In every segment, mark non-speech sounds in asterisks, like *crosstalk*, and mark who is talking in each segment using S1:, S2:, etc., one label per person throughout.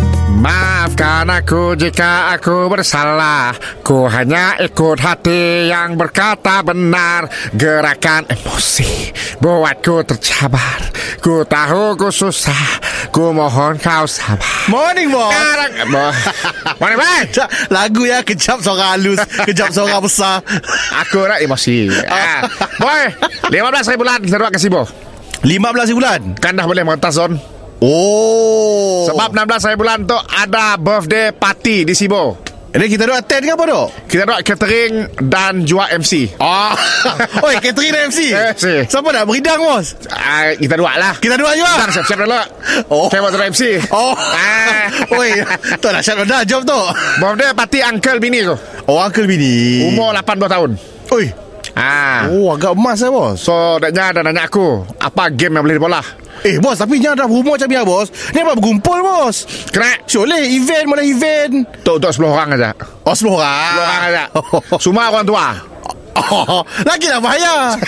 S1: Maafkan aku jika aku bersalah Ku hanya ikut hati yang berkata benar Gerakan emosi buatku tercabar Ku tahu ku susah Ku mohon kau sabar
S2: Morning boss
S1: Sekarang *laughs* Bo- Mana bang?
S2: Lagu ya Kejap seorang halus Kejap seorang besar
S1: Aku nak emosi ah. Boy 15 hari bulan Teruat kasih boh
S2: 15 bulan
S1: Kan dah boleh mentas on
S2: Oh
S1: Sebab 16 hari bulan tu Ada birthday party di Sibo
S2: Ini kita duk attend ke apa duk?
S1: Kita nak catering Dan jual MC
S2: Oh *laughs* Oi Catherine dan MC
S1: MC.
S2: Siapa nak beridang bos?
S1: Ah, kita dua lah
S2: Kita dua juga
S1: Kita siap-siap dulu
S2: Oh.
S1: Saya buat MC
S2: Oh
S1: *laughs* ah.
S2: Oi Tak nak syarat dah Jom tu
S1: Birthday party uncle bini tu
S2: Oh Uncle Bini
S1: Umur 18 tahun
S2: Oi
S1: ah.
S2: Oh agak emas lah bos
S1: So Daknya ada nanya aku Apa game yang boleh lah? dibola
S2: Eh bos tapi jangan dah rumah macam ni lah bos Ni apa berkumpul bos
S1: Kena
S2: Syoleh event mana event
S1: Untuk-untuk 10 orang aja 10
S2: Oh 10 orang
S1: orang *laughs* aja
S2: *laughs*
S1: Semua orang tua
S2: Oh, lagilah bahaya. *laughs*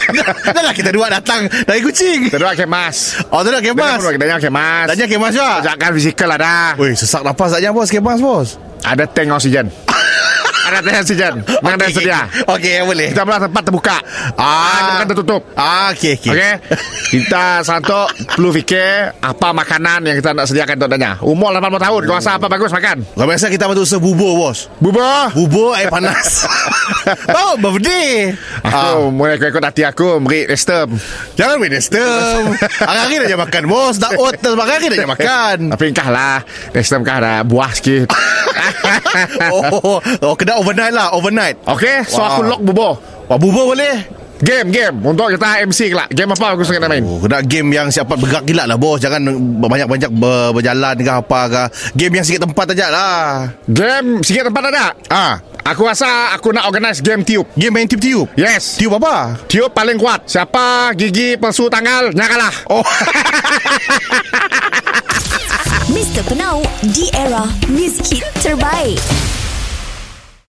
S2: Dahlah kita dua datang dari kucing.
S1: Kita dua kemas
S2: Oh, tu dah kemas.
S1: Kita kemas
S2: Tanya kemas juga.
S1: Kerjakan fizikal ada
S2: Weh, sesak nafas saja bos, kemas bos.
S1: Ada tank *laughs* oksigen Ada tank oksigen Memang okay. sedia
S2: Okey, boleh.
S1: Kita belah tempat terbuka
S2: Ah.
S1: Bukan tertutup
S2: Ah, okey okey.
S1: Okey. Kita satu perlu fikir apa makanan yang kita nak sediakan untuk tanya. Umur 80 tahun, kau rasa apa bagus makan?
S2: Kau biasa kita patut usaha bubur bos.
S1: Bubur.
S2: Bubur air *laughs* panas. Tahu birthday. Ah,
S1: Aku mulai ikut hati aku Beri sistem
S2: jangan Wednesday. *laughs* Hari-hari dah jam makan bos, tak out terus hari dah jam *laughs* makan.
S1: Tapi engkah lah Sistem kah dah buah *laughs* sikit
S2: Oh, oh, kena overnight lah, overnight.
S1: Okay So
S2: Wah.
S1: aku lock bubur
S2: Wah, bubur boleh.
S1: Game game Untuk kita MC kelak Game apa aku suka nak main
S2: Oh, kena game yang siapa bergerak gila lah bos Jangan banyak-banyak ber, berjalan ke apa ke Game yang sikit tempat aja lah
S1: Game sikit tempat ada
S2: Ah,
S1: Aku rasa aku nak organize game tiup
S2: Game main tiup-tiup
S1: Yes
S2: Tiup apa?
S1: Tiup paling kuat Siapa gigi palsu tanggal Nyakalah Oh
S3: Mr. Penau, di era music hit terbaik.